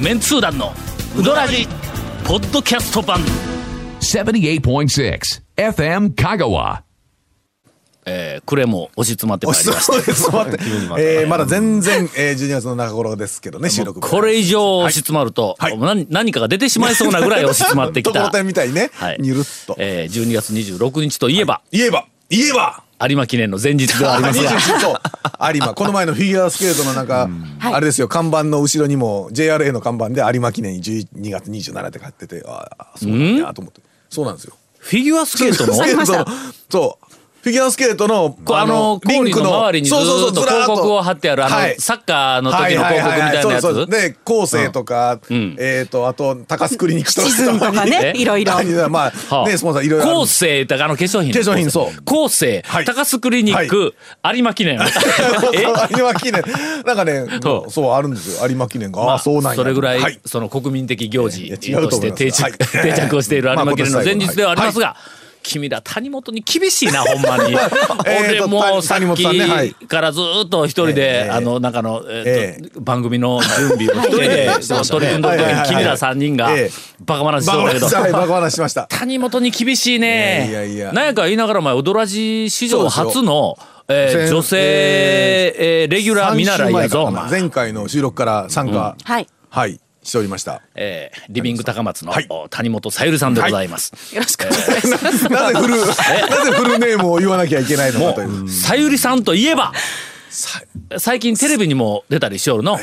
メンツー団のウドラジポッドキャスト版78.6 FM Kagawa. えー、クレも押し詰まってまいりましたそうです。待って。 えー、まだ全然、えー、12月の中頃ですけどね、収録日これ以上押し詰まると、はいはいもう何何かが出てしまいそうなぐらい押し詰まってき ところたてんみたいにねはいにゅるっとえー、12月26日といえば、言えば言えば有馬記念の前日ではありますが27そう有馬この前のフィギュアスケートのなんか、あれですよ看板の後ろにも JRA の看板で有馬記念12月27って書いててああそうなんやと思ってそうなんですよフィギュアスケートのフィギュアスケートのそうフィギュアスケートのこうあのコーリーの周りにずーっと広告を貼ってあるあのサッカーの時の広告みたいなやつそうそうそうで後世とか、んえっ、とあと高須クリニックとかシズンとかね、えいろいろ。 まあ、ねスポンサーいろいろあるん後です世だからあの化粧品化粧品そう後世、はい高須クリニック、有馬記念 そうえ有馬記念なんかねそうそうあるんですよ有馬記念が、ああそうなんやれぐらい、はいその国民的行事いやと違うとし思いて定ます着,、はい 定着をしている有まあ馬記念の前日ではありますが、は君ら谷本に厳しい な、ほんまに。えー俺ともう谷さ谷っ本さんねはいきからずーっと一人で、えーあの、なんかの、えーとえ番組の準備を一人でその取り組んどる時はいはいにはい君ら三人がええバカ話しバそうカだけど話、はいバカ話しました谷本に厳しいね。いやいやいやなんやか言いながら、お前、オドラジ史上初の、えー先女性、えーレギュラー見習いやぞ、お三週前かな前。前回の収録から参加、はい。はいしておりました えーリビング高松の、はいお谷本さゆりさんでございます。よろしくお願いします。なぜフ ルなぜフルネームを言わなきゃいけないのかというもう、さゆりさんといえば、最近テレビにも出たりしよるの、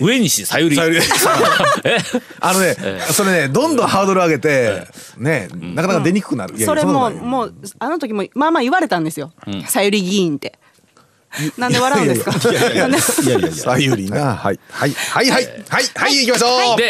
上西さゆり。さゆり えあのね、それねどんどんハードル上げて、ねなかなか出にくくなる、いやいやそれんなも、ことないもう、あの時も、まあまあ言われたんですよ。さゆり議員って。なんで笑うんですかいやいやいやいやいやいやいやいやいやなんでさゆりな、はい、はい、はい、はい、はい、はい、行きましょう。で、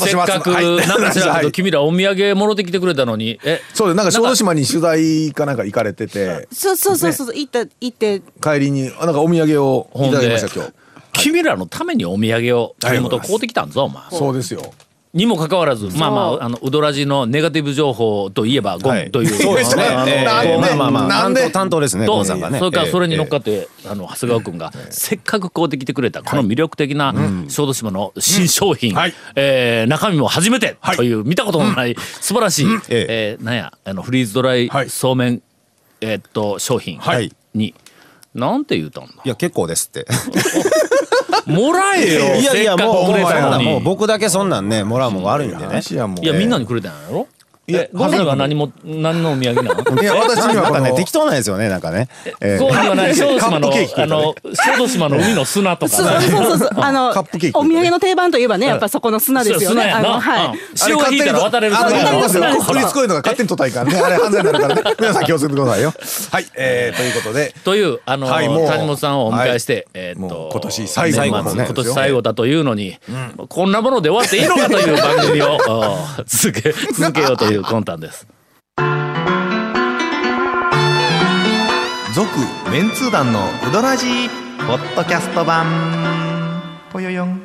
せっ年も集まかく、はいなんか知らんけはど、い君らお土産もろてきてくれたのに、え、そうで、なんか小豆島に取材かなんか行かれてて、そうそうそうそう、行った、行って、帰りに、あなんかお土産をいほんただきまでした、今日。、君らのためにお土産を、あり谷がとう本ございます買うてきたんぞ、お前。そうですよ。にもかかわらず、まあまあ、あの、ウドラジのネガティブ情報といえば、ゴンという。そうでしたねあのえーなんでまあまあまあなん担で当担当ですねと、郷さんがねそれからそれに乗っかっって、あの長谷川君が、せっかくこうできてくれたこの魅力的な小豆島の新商品、はいえー中身も初めてはいという見たことのない素晴らしい、えーなんやあのフリーズドライはいそうめんえーっと商品はいになんて言うたんだ いや結構ですってもらえよ いやいせっやかくもうくれもうたのにもう僕だけそんなんねもらうもん悪いんでね話やもう。いやみんなに。にくれたんやろいやえゴンには何も何のお土産なのいや、私にはなんこかのね適当なんですよねなんかねえーゴーにはない小豆島の、カップケーキあ食えたねの、小豆島の海の砂とそうかね。そうそうそう、あの、おカップケー土キとかね産の定番といえばね、やっぱそこの砂ですよね。そう砂やあなの、はうんい。あれ潮が勝引い手たにら渡れるあの、砂渡やりろますよ。砂や国立公園とか勝手に取ったらいかんね。あれ犯罪になるからね。皆さん気をつけてくださいよ。はい、えー、ということで。という、あの、はいもう谷本さんをお迎えして、はいえーっもと、う今年最後の年末ね今年最後だというのに、こんなもので終わっていいのかという番組 をお続け、続けようという魂胆です。続メンツー団のウドラジーポッドキャスト版ぽよよん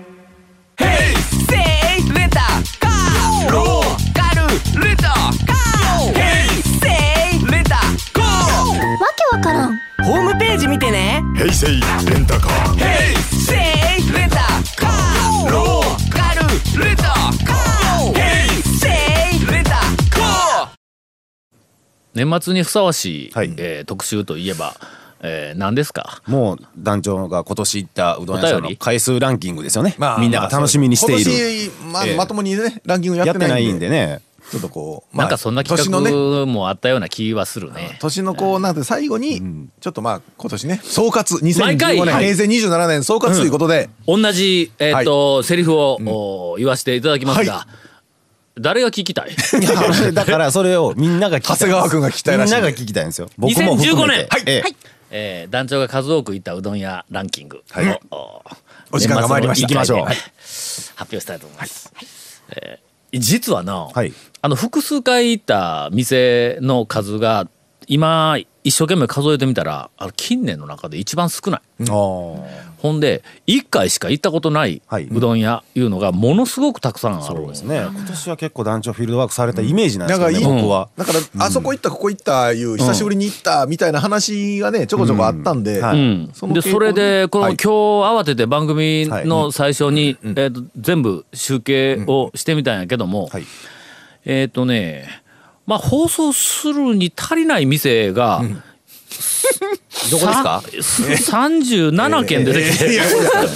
ホームページ見てね平成レンタカーせいレタカーローカルレタカーヘイセイレタカー年末にふさわしい、はいえー特集といえば、えー何ですかもう団長が今年行ったうどん屋さんお便のり回数ランキングですよねまあみんなが楽しみにしてい今る年、えまえまともにね、ランキングややっっててなないいんんで。でねちょっとこう、まなんあかそんな企年のね画もあったような気はするね。年のこうなんて最後にちょっとまあ今年ね総括毎回2015年はい平成27年総括ということで同じ、えーっと、セリフを、お言わせていただきますが、は誰が聞き たいいや俺だからそれをみんなが聞きたい長谷川君が聞きたいらしいんみんでなが聞きたいんですよ僕も含めて2015年えええー団長が数多く行ったうどん屋ランキングを、はいおお時間が参りました年末の行き一ましょう回で発表したいと思います。えー実はな、はいあの複数回行った店の数が今一生懸命数えてみたらあの近年の中で一番少ないほんで1回しか行ったことないはいうどん屋いうのがものすごくたくさんあるんですねね今年は結構団長フィールドワークされたイメージなんでなすんけどかいねい、僕はだから、あそこ行ったここ行ったいう久しぶりに行ったみたいな話がねちょこちょこあったんで、うんはういん、そので傾向それでこの、はい今日慌てて番組の最初に、えー、と全部集計をしてみたんやけども、はいえっ、とねまあ放送するに足りない店が、どこですかさ37件出てきて、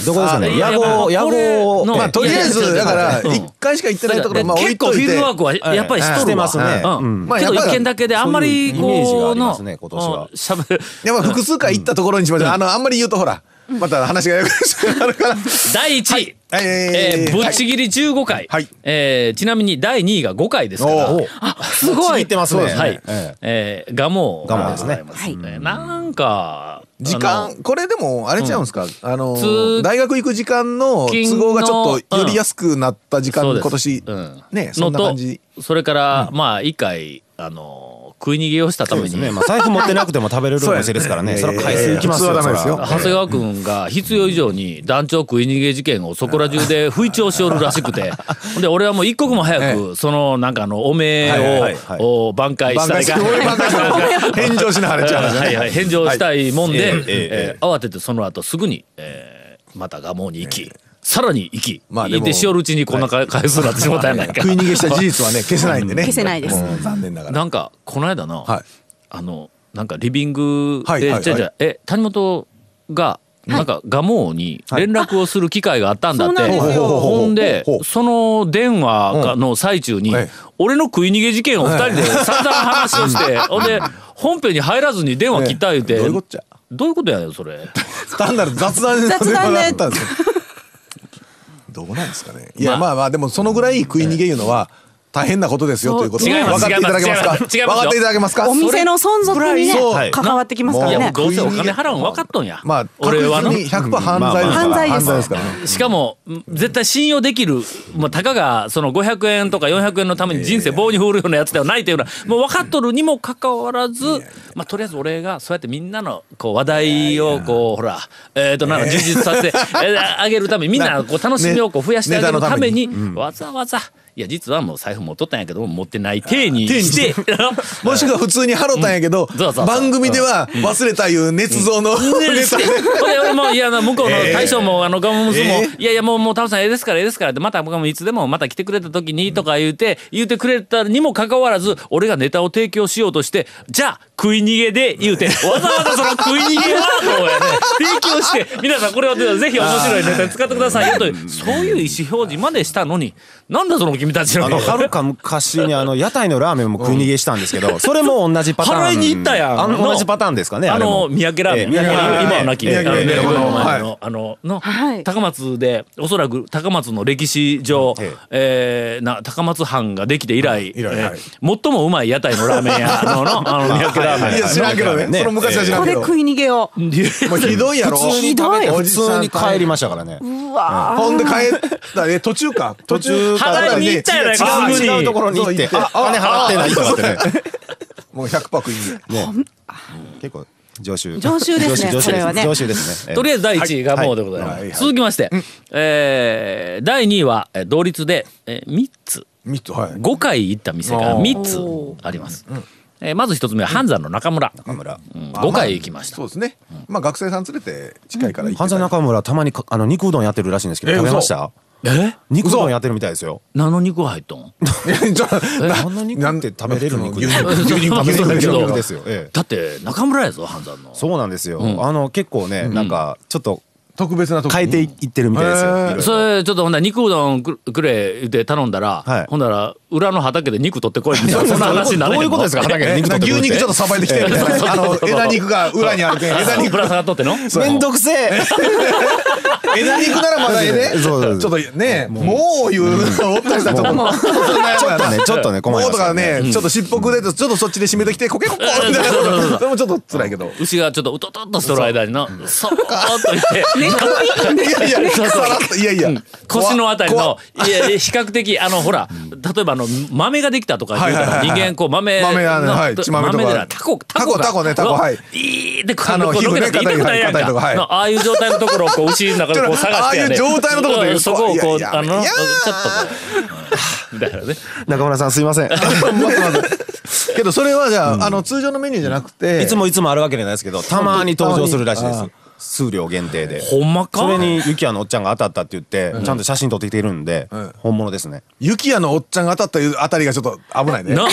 どこですかねいや野望いや野これ望のまあとりあえいやいずやだからうん1回しか行ってないところはまあ置結いと構いフてィールドワークはやっぱりししとてるわ、ますねうんうんけど一件だけであんまりそういうイメージがこありのますね今年はうんしゃべるやっぱ複数回行ったところにしましょう、あのあんまり言うとほらまた話がややこしくなるから第1位、はい えーぶっちぎり15回、はいえーちなみに第2位が5回ですから、おうすごいってますねはいええ、えー、ガモ蒲生ですねございますねなんか時あの間これでもあれちゃうんですか、あ通の大学行く時間の勤都の合がちょっとより安くなった時間、そうです今年、うんねそのんなと感じそれから、まあ一回あの食い逃げをしたために、ねまあ財布持ってなくても食べれるお店ですからねそれは回数いきます普よ通はダメですよそら長谷川君が必要以上に団長食い逃げ事件をそこら中で不意調しおるらしくてほんで俺はもう一刻も早くそのなんかあのおめはいはいはいはいをを挽回し番た外いすかる俺番外する返上しなはれちゃう話ねはいはい、返上したいもんで、はいえええー慌ててその後すぐに、えーまた蒲生に行き、さらに行き、まあで行もってしおるうちにこんな回回数になってしまったんやないか食い逃げした事実はね消せないんでね消せないですうん残念ながらなんかこの間の、はいあのなんかリビングで、はいはいはいじゃあじゃあえ谷本がなんか蒲生に連絡をする機会があったんだって、はいあそうなんですよほんでほうほうほうその電話がの最中に、はい俺の食い逃げ事件を二人で散々話をして、ほんで本編に入らずに電話切った言うて、ええどういうこっちゃどういうことやねんそれ。単なる雑談で雑談であったんですよどうなんですかねいやまあまあでもそのぐらい食い逃げいうのは大変なことですよということ違います分かっていただけますか違います違い分ますかっていただけますかお店の存続にねそうはい関わってきますからいもやねどうせお金払うん分かっとんや。まあ確 俺は実の。に100%犯罪ですからうんまあまあ犯罪ですからねしかもん絶対信用できる、まあ、たかがその500円とか400円のために人生棒に振るようなやつではないというのはもう分かっとるにもかかわらず、まあ、とりあえず俺がそうやってみんなのこう話題をこうほらえっ、となんか充実さ せてえーあげるためみんなこう楽しみをこう増やしてあげるためにわざわざ。いや実はもう財布持っとったんやけども持ってない体にして もしくは普通にハロたんやけどそうそうそう番組では忘れたいう捏造のネタでほんで俺もいやな向こうの大将もあのガモムスも、えいやいやもうもうタオさんええですからええですからってまた僕もいつでもまた来てくれた時にとか言うて言うてくれたにもかかわらず俺がネタを提供しようとしてじゃあ食い逃げで言うてわざわざその食い逃げワードをやね提供して皆さんこれをぜひ面白いネタに使ってくださいよというそういう意思表示までしたのになんだその君たちのあの、はるか昔にあの、屋台のラーメンも食い逃げしたんですけ ど、それも同じパターン。払いに行ったやんあの、同じパターンですかね。あのれも三宅ラーメン、ええ三宅ラーメン今はなき、ええあのええねええこのはいあのあのの、はい高松でおそらく高松の歴史上、えええーな高松藩ができて以来、以来えーはい最もうまい屋台のラーメン屋ののあの三宅ラーメン。いや知らんけどねねその昔は知らこんけれど食い逃げをもうひどいやろ普通に食べて、お普じさ通んに帰りましたからね。うわほんで帰ったね途中か途中払いに行ったやないかあ普通に違うところに行って、あ、あ金払ってないとかってね。もう100食い逃げ結構、常習。常習ですね常習それはね常習ですね。とりあええず第1位がもうでございます。はいはい続きまして、えー第2位はえー同率で、え3つ。 3つはい5回行った店が3つあります。えーまず1つ目は半山の中村。中村5回行きました。そうですねまあ学生さん連れて近いから行って犯罪中村、たまにか、あの、肉うどんやってるらしいんですけど、え食べましたえ肉うどんやってるみたいですよ。何の肉入っとんえちょあんな肉って食べれる肉なん牛肉牛肉牛肉食べれる牛肉肉ですよ。ええだって中村やぞ半山のそうなんですよ。あの、結構ね、なんか、ちょっと、特別なとこ変えていってるみたいですよへーいろいろ。それちょっとほんなら肉うどんくくれって頼んだら、はいほんなら裏の畑で肉取ってこいみ たいなそんな話になれへんどういうことですか畑でえ肉な取んかってく牛る肉ってちょっとさばいてきてみたいなあの枝肉が裏にあるけん 枝枝肉肉ぶら下がっとってのそうめんどくせえ枝肉ならまだええねちそうそうそうょっとねもういうおったりしたらちょっともうちょっとね、ちょっとね、困りもまうすとかよね。ねちょっと尻尾くれてちょっとそっちで締めてきてコケコッコみたいなそれもちょっと辛いけど牛がちょっとうととっとしてる間にのそーっといって いやいやそうそうさらっといやいや腰のあたり怖のいや比較的あのほら例えばあの豆ができたとか言うたはらいはい人はいはい間こう豆豆やねのはい血豆とかでなタコタコがタコタコねタコはいいいでこうあのこう皮膚ねロケなんて痛くないやん硬いかとかはいのああいう状態のところをこう牛の中でこう探してやねああいう状態のところで言うとそこをこういやいやあのちょいっとやこう みたいなね中村さんすいません。い待って待ってけどそれはじゃあ,、あの通常のメニューじゃなくてつも いつもあるわけじゃないですけど、たまに登場するらしいです。数量限定で。ほんまかそれにユキヤのおっちゃんが当たったって言って、ちゃんと写真撮ってきているんで、本物ですね。雪屋のおっちゃんが当たったあたりがちょっと危ないねな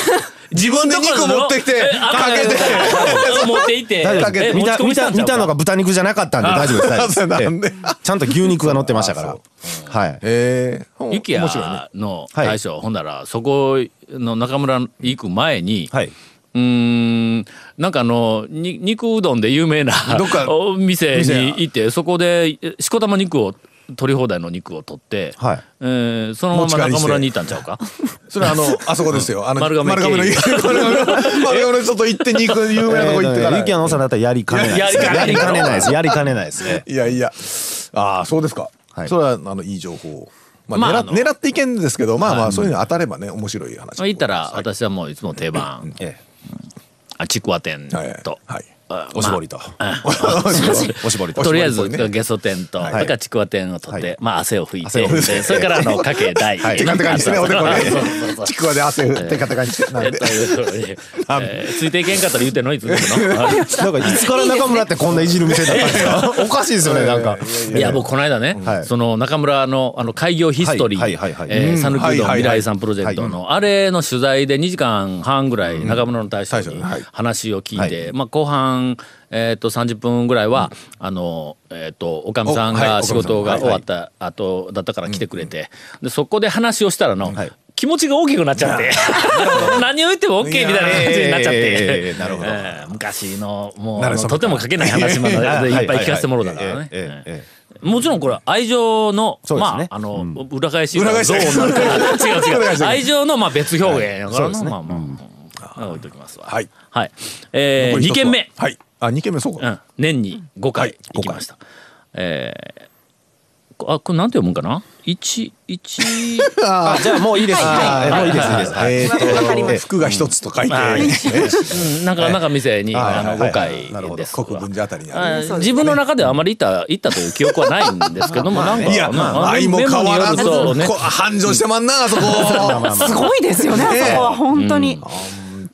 自分で肉持ってきてえあかけてそう持っていて大丈夫えです持見ちた込み見したたんちゃ見うかたのが豚肉じゃなかったんで大丈夫です大丈夫なんでですええちゃんと牛肉が乗ってましたからはいへえほんゆきや面白いねのはい大将、ほんならそこの中村に行く前に、はいうーんなんかあのに肉うどんで有名な どっかお店店にや行ってそこでえしこたま肉を取り放題の肉を取って、はいえーそのまま持ち帰りして中村にいたんちゃう か それあのあそこですよあの丸亀丸亀の経丸亀のちょっと行って肉有名なとこ行ってからえーユキヤのおっさんだったらやりかねないですややりりかかねねなないいですやりかねないですねいやいやああそうですか、はいそれはあのいい情報まあ、まあ狙あの狙っていけんですけどまあまあそういうの当たればね面白い話行ったら私はもういつも定番えあちくわ店と、はいはい はいあおしぼりとまあお しぼりおしぼりととりあえずおしぼりっぽいねゲソ天と、はといかちくわ天を取って、はいまあ汗を拭いて汗を拭いてでそれからあのかけ大、はいえテーカテカにしてねおで こそうそうそうでちくわで汗テカテカにしてなんでということでえーついていけんかったら言うてんのいつでもの なんかいつから中村ってこんないじる店だったんですか おかしいですよねなんかいや僕この間ね、はいその中村のあの開業ヒストリはいはいーはいはいえー「讃岐うどんはいはいはい未来遺産プロジェクトの」あれの取材で2時間半ぐらい中村の大将に話を聞いて、まあ、後半、えー、と30分ぐらいは、あの、えー、とおかみさんおはがい仕事がおかみさんはい終わった後だったから来てくれて、でそこで話をしたらの、はい気持ちが大きくなっちゃって 何を言っても OK みたいな感じになっちゃって、えーなるほどえー昔のもうなあるのほどとても書けない話までいっぱい聞かせてもろうだからね。ええええええもちろんこれは愛情の、そうですねまああの、裏返しが裏返しどうなるか違う裏違返しうが愛情のまあ別表現やからな、はいそうですねまあまあ、うん置いときますわはい、はいえー、残り一2つは軒目、はいあ二軒目そううか、ん、年に5回行きました、えーこあこれなんて読むんかな一一あじゃあもういいですあーもういいですいいですはいえーわかりまとす服が一つと書いて、はいねうんなんかなんか店にはいあのはい5なる回ほどですわ国分寺あたりにああるー自分の中ではあまり行った行ったという記憶はないんですけどもなんかいや、まあ相も変わらず、メモによるとねこ繁盛してまんな、あそこ。本すごいですよね、あねえそこは本当に。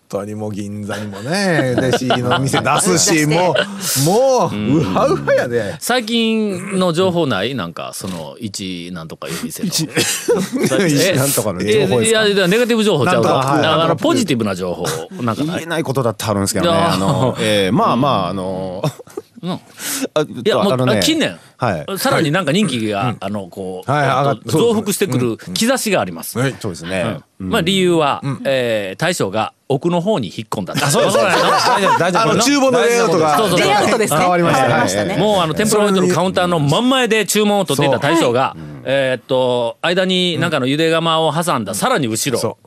当にもう銀座にもね、弟子の店出すし、もう、もう、うはうはやで。最近の情報ないなんかその一なんとかいう店の。一なんとかのいや情報ですかいやネガティブ情報ちゃうなんとかかはいだからポジティブな情報なんか言ないえないことだってあるんですけどねいやーあのえーまあまああのうん あいやもあのうね近年はいさらになんか人気があのこうはいはい上がっ増幅してくる兆しがありますはいそうですねまあ理由はえー大将が奥の方に引っ込んだそうですねわからんの大丈夫大丈あ夫の、厨房のレイアウトがそうそう、レイアウトですね。変わりましたね変わりましたね。もうあの天ぷら弁当のカウンターの真ん前で注文を取っていた大将が、えーっと間になんかのゆで釜を挟んださらに後ろそ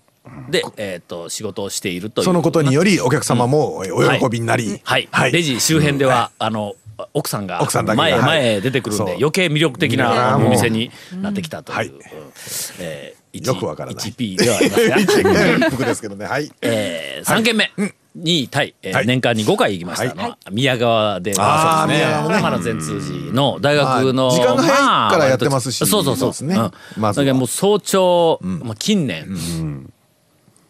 で、えーっと仕事をしているというそのことにより、お客様もお喜びになり、はい、レジ周辺では、あの奥さんが奥さんだけが前へはい前へ出てくるんで、そう余計魅力的いなやーおもう店になってきたという、はいえー一よくわからない 1P ではあり ますが服ですけどね、はい。えー、3軒目、に対、えーはい年間に5回行きましたのは、宮川であーそうです宮川ねまだ全通寺の大学の、まあ時間が早いからやってますしまあそうそうそうそうですねんまずだけはどもう早朝、まあ、近年、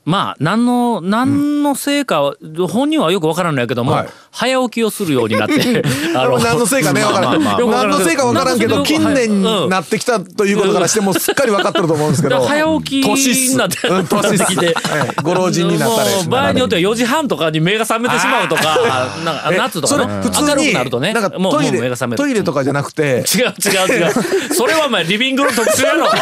まあ何の何の成果は、本人はよくわからんのやけども、はい早起きをするようになって あ何のせいかね、わからん。まあまあまあ何のせいかわからんけなど、んかそれ近を年うにんなってきたということからしても、すっかり分かってると思うんですけだかど。ら早起きになって うん年っすき てええご老人になったりもう場合によっては4時半とかに目が覚めてしまうとかなんかあ夏とそれかね普通明るにくなるとねなんもかうもトうイ目レが覚めるトイレとかじゃなくて違う違う違うそれはお前リビングの特殊やろ あの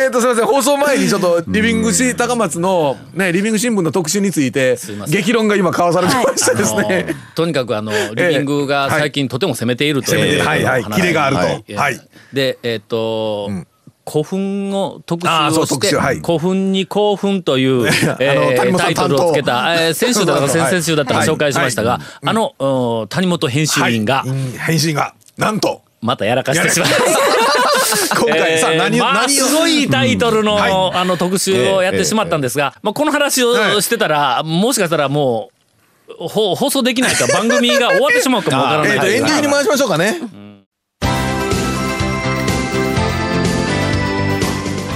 えっとすいません放送前にちょっとリビングし高松のねリビング新聞の特集についていません激論が今交わされてまして ですあのねとにかくあのリビングが最近とても攻めているという、攻めている はいはい話キレがあるとはいでえっ、と、古墳を特あ集ーをそうし特て、集はい古墳に興奮という、えー谷本さタんイトルをつけた、えー、先週だったかそうそうそう先々週だったかはい紹介しましたが、あの、うん谷本編集員が、はいうん返信がなんとまたやらかしてしまいました。今回さ、えー何を、まあ、何をすごいタイトルの,、あの特集をやってしまったんですが、まあ、この話をはいしてたら、もしかしたらもうほ放送できないか番組が終わってしまうかもわからえなっ、いと、エンディングに回しましょうかね。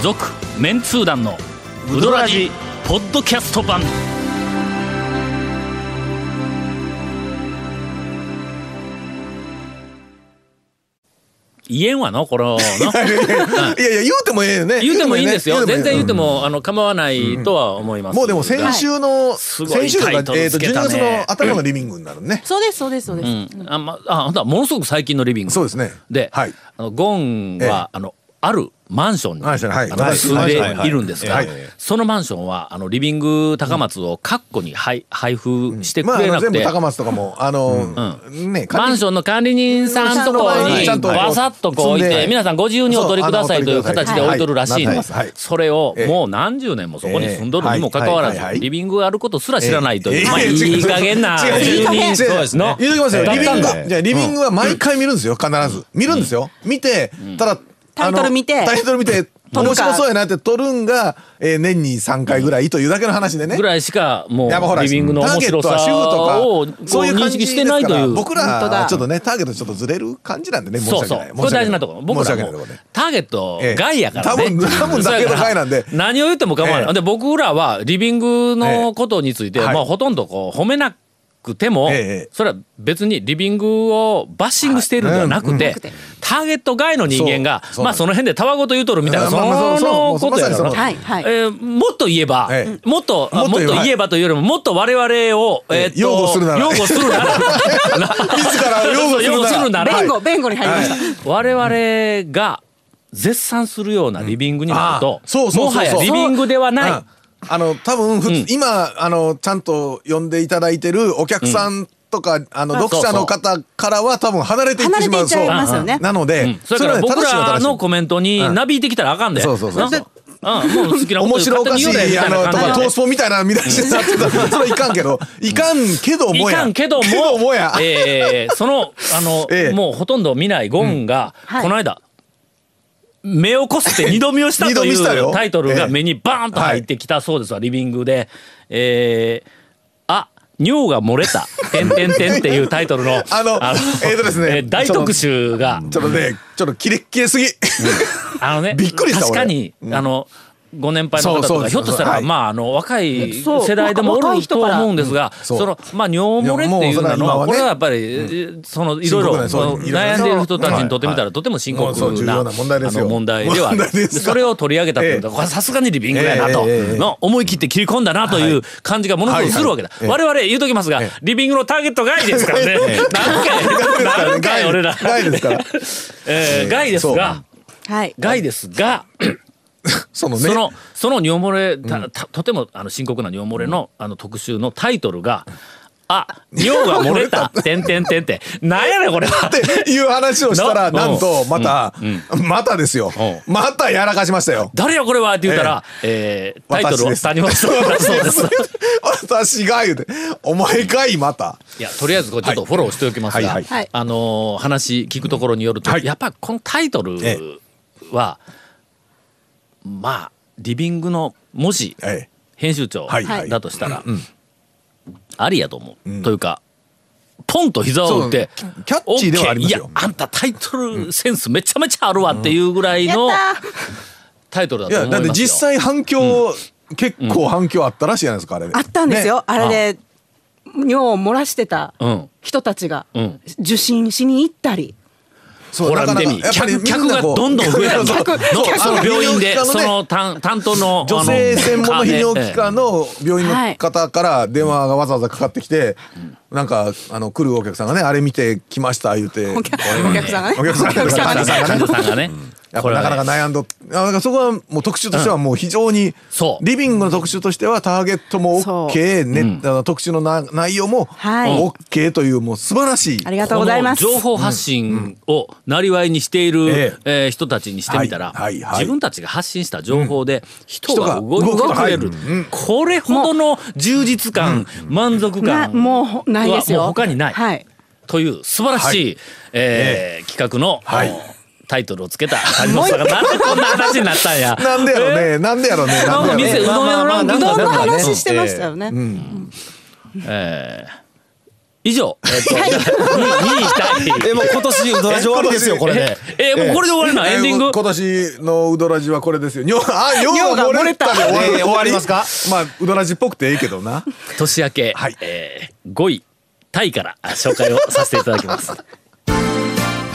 続メンツー団のウドラジポッドキャスト版言えんわのこれのいやいや、言うてもええよね。 言うてもいいんですよね全然言うて。ねも、あの構わないとは思います、もうでも先週の、すごい先週とか、タイトえルっとつけ12たね月の頭のリビングになるね。そうですそうですそうです、うん、あまあ、ほんとはものすごく最近のリビング。そうですねで、はいあのゴンは、あの、あるマンションに、マンションはいあのはい住んはいはでいいるんですが、はいそのマンションは、あの、リビング高松をカッコに配配布してくまあ、あれのなく全部て、高松とかも、あの、ね、マンションの管理人さんとこうんにちゃんとわさっとこう置い積んてで皆さんご自由にお取りくださいというそうあの形で置いとるらしいんはいではいはいそれをええもう何十年もそこに住んどるにもかかわええはいらはいはずいリビングがあることすら知らないというまあええいい加減な違う違う違う住人そうですねの言うときますよ。だっリビたンんグだだよじゃあリビングは毎回見るんですよ。必ず見るんですよ。見てただタイトルあの見てタイトル見て撮るか面白そうやなって撮るんがえー年に3回ぐらいというだけの話でねぐ。らいしかもやっぱほうらリビングのタ面ーゲッ白トはさ主をこう婦とかそういう認感識じでしすてないとかいらう。僕本当らだちょっとねターゲットちょっとずれる感じなんでね申しそう訳そうない。。これ大事なところ。僕らもターゲットええ外やからね。多分多分だけど外なんでそうやから何を言っても構わなえい。えで、僕らはリビングのことについて、ええはいまあほとんどこう褒めなくても、ええええそれは別にリビングをバッシングしているんではなくて、うんうんターゲット外の人間がそうそうまあその辺でたわごと言うとるみたいな、まあまあまあそのそうそうことやろまなさにそのはいはい、えーもっと言えば、えもっとあももっっとと言えば言えばというよりももっと我々を、えーっと擁護するなら擁護するなら自ら擁護すそうる擁護なすらるなら弁護弁護に入りました、我々が絶賛するようなリビングになるとあ、そうそうそうそもうはやリビングではない。うんあの多分普通、うん今あのちゃんと呼んでいただいてるお客さんとか、あのそうそう読者の方からは多分離れていってしまう離れていっちゃいますよねそうなので、うんそれからは僕ら正しいのコメントにうんなびいてきたらあかんで。そうそうそなううん、もう好きなこと面白おかし勝手にい言あうなのみとたいな感かトじースポみたいな見出しになってたらそれいかんけどいかんけどで。いもやかんけども、もや、えーその、あの、 ええもうほとんど見ないゴンが、はいこの間、目をこすって二度見をした二と度い見したうよタイトルが目にバーンと入っええてきたそうですわ、リビングで。えーあ、尿が漏れ た、てんてんてんっていうタイトルの、あのえーとですねー大特集が、ちょっとねちょっとキレッキレすぎあのね、びっくりした確か俺に、あの、ご年配の方そうとそうか、そうひょっとしたら、はいまあ、あの、若いそう世代でもお若いる人とから思うんですが、そうその、まあ、尿漏れっていういのやもうそれは今は、はこねれはやっぱり、その、いろいろ深刻なそういろいろ悩んでいる人たちにとってみたら、とても深刻もうそう重な、あ要な問題ですよの、問題ではある問題ですがそれを取り上げたっていうのえは、これはさすがにリビングやなとえええええ、えの、思い切って切り込んだなという感じがものすごくするわけだ。い我々言うときますが、リビングのターゲット外ですから ね。何回、何回俺ら。ないですからえー外ですが、はい害ですが、そのねそのその尿漏れたたとてもあの深刻な尿漏れのあの特集のタイトルが「あ尿が漏れ た」「てんてんてん」ってなんやねんこれは。っていう話をしたら、ななんと、また、またですよう。またやらかしましたよ。誰やこれはって言ったら、えータイトルを私です谷本さんだそう です。私が言うて、お前かい、また。いやとりあえずこうちょっとフォローしておきますが、はいはいはいあのー話聞くところによると、はいやっぱこのタイトルえは、まあリビングの文字ええ編集長はいはいだとしたら、ありやと思う、というかポンと膝を打ってそうキャッチーではありますよオッケーいやあんたタイトルセンスめちゃめちゃあるわっていうぐらいやっのたータイトルだいと思や、いまだっすよ。て実際反響、結構反響あったらしいじゃないですか、あれ。あったんですよ、ね。あれで尿を漏らしてたうん人たちがうん受診しに行ったり、そうほらなか見なてかみやっぱり客客みながこうどんどん増えたのそうそうそうのそのあ病院で泌尿器そ科ねの担担当の女性専門の泌尿器の科の病院の方から電話がわざわざかかってきて、なんかあの来るお客さんがねあれ見て来まし た言うてお客お客さんがねお客さんがええ患者さんがね患者さんがねやっこぱれはなねかなか悩んどあだからそこはもう特集としてはもう非常に、そうリビングの特集としてはターゲットもそう OK、ねあの特集のな内容もはい OK というもう素晴らしい、ありがとうございますこの情報発信をなりわいにしている、ええー人たちにしてみたら、はいはいはい自分たちが発信した情報で人人がが動いてくれる、動くこれほどの充実感、満足な感もうないですよはもう他にない。はいという素晴らしい、えー企画の、はいタイトルをつけた有本さんがなんでこんな話になったんや。なんでやろね、なんでやろね、ななんんかで店やろね。うどん屋のランキングまあまあまあまあどんななんかね話してましたよね。以上、えっと、2位え、もう今年ドラジ終わりです よ、これで。えーもうこれで終わりなのエンディングえー今年のウドラジはこれですよ。尿あ尿が尿が漏れ漏れたたで終わえりー終わりますか。まあウドラジっぽくていいけどな。年明け、はいえー5位タイからあ紹介をさせていただきます